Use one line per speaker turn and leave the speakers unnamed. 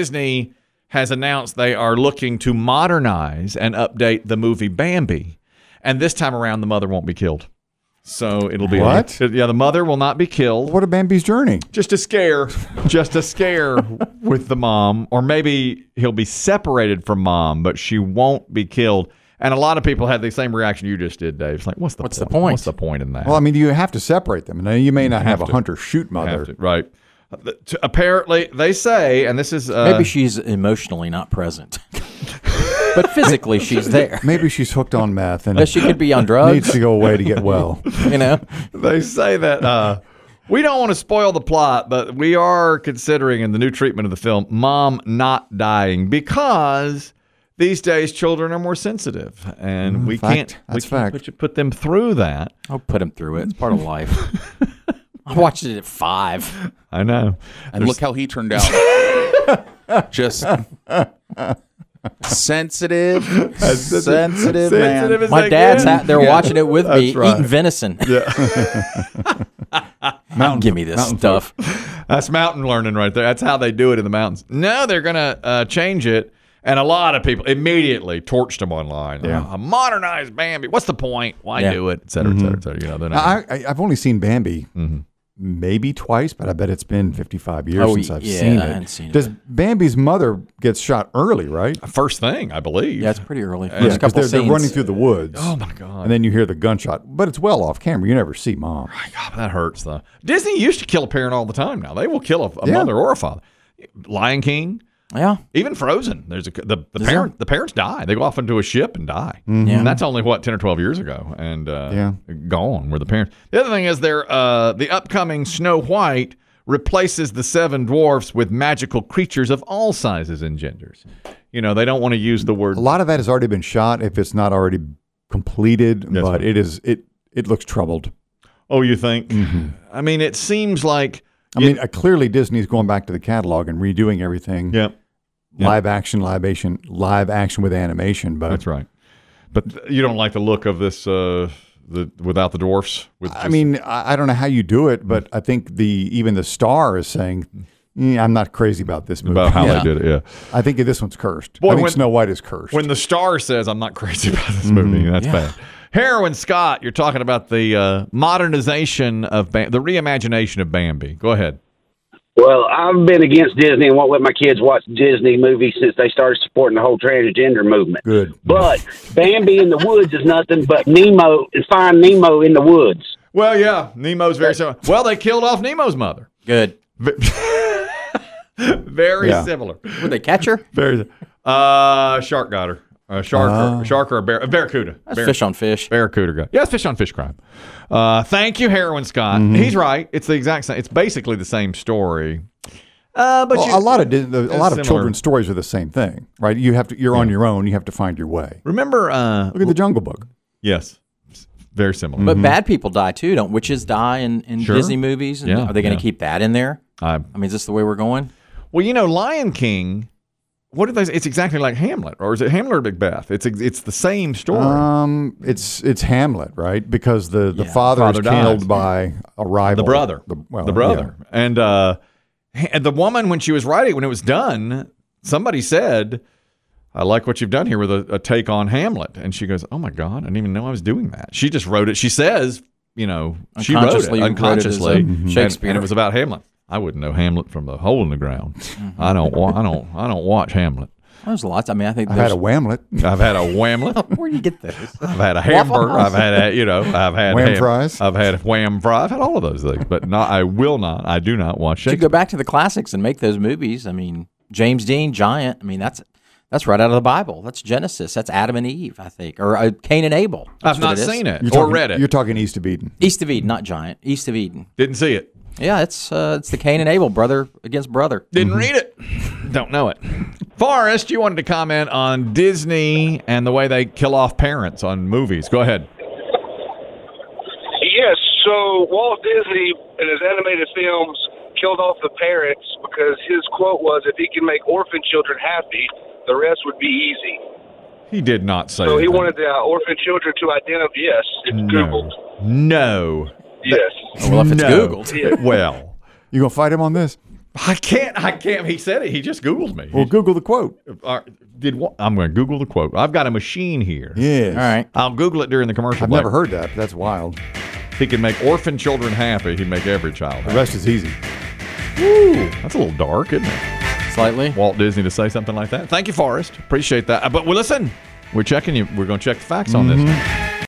Disney has announced they are looking to modernize and update the movie Bambi. And this time around, the mother won't be killed. So it'll be
What?
yeah, the mother will not be killed.
What a Bambi's journey.
Just a scare, just a scare with the mom, or maybe he'll be separated from mom, but she won't be killed. And a lot of people had the same reaction you just did, Dave. It's like, what's the
What's the
point?
point?
What's the point in that?
Well, I mean, you have to separate them. Now, you may not have, a hunter shoot mother.
Have to- right. Uh, the- to- apparently, they say, and this is uh,
Maybe she's emotionally not present, but physically she's there.
Maybe she's hooked on meth and
But she could be on
needs
drugs,
to go away to get well.
you know.
they say that uh, we don't want to spoil the plot, but we are considering in the new treatment of the film, mom not dying because these days children are more sensitive, and we
fact.
can't we
That's
can't
fact.
put, you- put them through that.
I'll put him through it. It's part of life. I watched it at five.
I know.
And look how he turned out. Just sensitive, sensitive,
Sensitive
man.
as
My
they
dad's
get.
out there watching it with me,
That's right.
eating venison.
Mountain,
Give me this
mountain
stuff.
That's mountain learning right there. That's how they do it in the mountains. No, they're going to uh, change it. And a lot of people immediately torched them online.
Yeah.
Uh, modernized Bambi. What's the point? Why
Yeah.
do it? Et cetera, et cetera, et cetera. You know, they're
Now,
not.
I, I, I've only seen Bambi
Mm-hmm.
maybe twice, but I bet it's been 55 years
Oh,
since I've
yeah,
seen
I
it.
hadn't seen it.
Does Bambi's mother gets shot early, right?
First thing, I believe.
Yeah, it's pretty early.
Yeah,
First
'cause
couple
they're, they're
scenes.
running through the woods.
Oh my god.
And then you hear the gunshot, but it's well off camera. You never see mom.
God, that hurts though. Disney used to kill a parent all the time. Now they will kill a, a
Yeah.
mother or a father. Lion King,
Yeah.
even Frozen. There's a the, the parent the parents die. They go off into a ship and die. And that's only what ten or twelve years ago, and uh,
Mm-hmm. Yeah.
gone were the parents. The other thing is there uh, the upcoming Snow White replaces the seven dwarfs with magical creatures of all sizes and genders. You know they don't want to use the word
A lot of that has already been shot if it's not already completed,
That's
but
right.
it is it it looks troubled.
Oh, you think?
Mm-hmm.
I mean, it seems like
I mean, uh, clearly Disney's going back to the catalog and redoing everything.
yeah.
Live action, live action, live action with animation, but
That's right. But th- you don't like the look of this uh, the without the dwarfs. With
I
just-
mean, I, I don't know how you do it, but I think the even the star is saying, "Mm, "I'm not crazy about this movie."
about how
Yeah.
they did it. Yeah.
I think this one's cursed.
Boy,
I think
when-
Snow White is cursed.
When the star says, "I'm not crazy about this movie," that's bad. Heroin Scott, you're talking about the uh, modernization of Bam- the reimagination of Bambi. Go ahead.
Well, I've been against Disney and won't let my kids watch Disney movies since they started supporting the whole transgender movement.
Good.
But Bambi in the woods is nothing but Nemo and Find Nemo in the woods.
Well, yeah, Nemo's very similar. Well, they killed off Nemo's mother.
Good.
Ve- very
Yeah.
similar.
Would they catch her?
Very. Uh, shark got her. Uh, shark,
Oh.
or, shark or a bear, a barracuda. Barracuda.
Fish on fish.
Barracuda guy. Yeah, it's fish on fish crime. Uh, thank you, Heroin Scott. He's right. It's the exact same. It's basically the same story. Uh, but
Well,
you-
a lot of Dis- a
it's
lot of
similar.
children's stories are the same thing, right? You have to you're on your own. You have to find your way.
remember. Uh,
Look at the Jungle Book.
yes, S- very similar.
Mm-hmm.
But bad people die too. Don't witches die in, in
Sure.
Disney movies? And
Yeah,
Are they going to
yeah.
keep that in there?
Uh,
I mean, is this the way we're going?
well, you know, Lion King. What did they? Say? It's exactly like Hamlet, or is it Hamlet or Big Beth? It's ex- it's the same story.
Um, it's it's Hamlet, right? Because the the
Yeah.
father,
Father
is
dies.
killed by a rival,
the brother, the,
the, well,
brother, and uh, and the woman when she was writing when it was done, somebody said, "I like what you've done here with a, a take on Hamlet," and she goes, "Oh my god, I didn't even know I was doing that." She just wrote it. She says, you know, she wrote it
Unconsciously wrote it as a
unconsciously, and-
Shakespeare.
and it was about Hamlet. I wouldn't know Hamlet from the hole in the ground.
Mm-hmm.
I don't. Wa- I don't. I don't watch Hamlet.
There's lots. I mean, I think
Yeah. I had
there's.
a whamlet,
I've had a whamlet.
where do you get those?
I've had a hamburger. I've had a, you know, I've had
Wham fries.
I've had wham fries. I've had all of those things, but not. I will not. I do not watch
Should
Shakespeare.
go back to the classics and make those movies. I mean, James Dean, Giant. I mean, that's that's right out of the Bible. That's Genesis. That's Adam and Eve, I think, or uh, Cain and Abel. That's
I've not
what
seen it
You're
or
talking-
read it.
You're talking East of Eden.
East of Eden, not Giant. East of Eden.
Didn't see it.
Yeah, it's uh, it's the Cain and Abel, brother against brother.
Didn't read it. Don't know it. Forrest, you wanted to comment on Disney and the way they kill off parents on movies. Go ahead.
Yes, so Walt Disney in his animated films killed off the parents because his quote was, "If he can make orphan children happy, the rest would be easy."
He did not say.
So he
anything.
wanted the uh, orphan children to identify. Yes, it's
no.
Googled.
No.
Yes,
Well, if it's
No.
Googled.
Well,
You gonna fight him on this?
I can't. I can't. He said it. He just Googled me.
Well, Google the quote.
All right, did what? I'm going to Google the quote. I've got a machine here.
Yes.
All right.
I'll Google it during the commercial.
I've
break.
never heard that. That's wild.
If He can make orphan children happy. He'd make every child
The
happy.
rest is easy.
That's a little dark, isn't it?
Slightly.
Walt Disney to say something like that. Thank you, Forrest. Appreciate that. Uh, But well, listen, we're checking you. We're going to check the facts on this.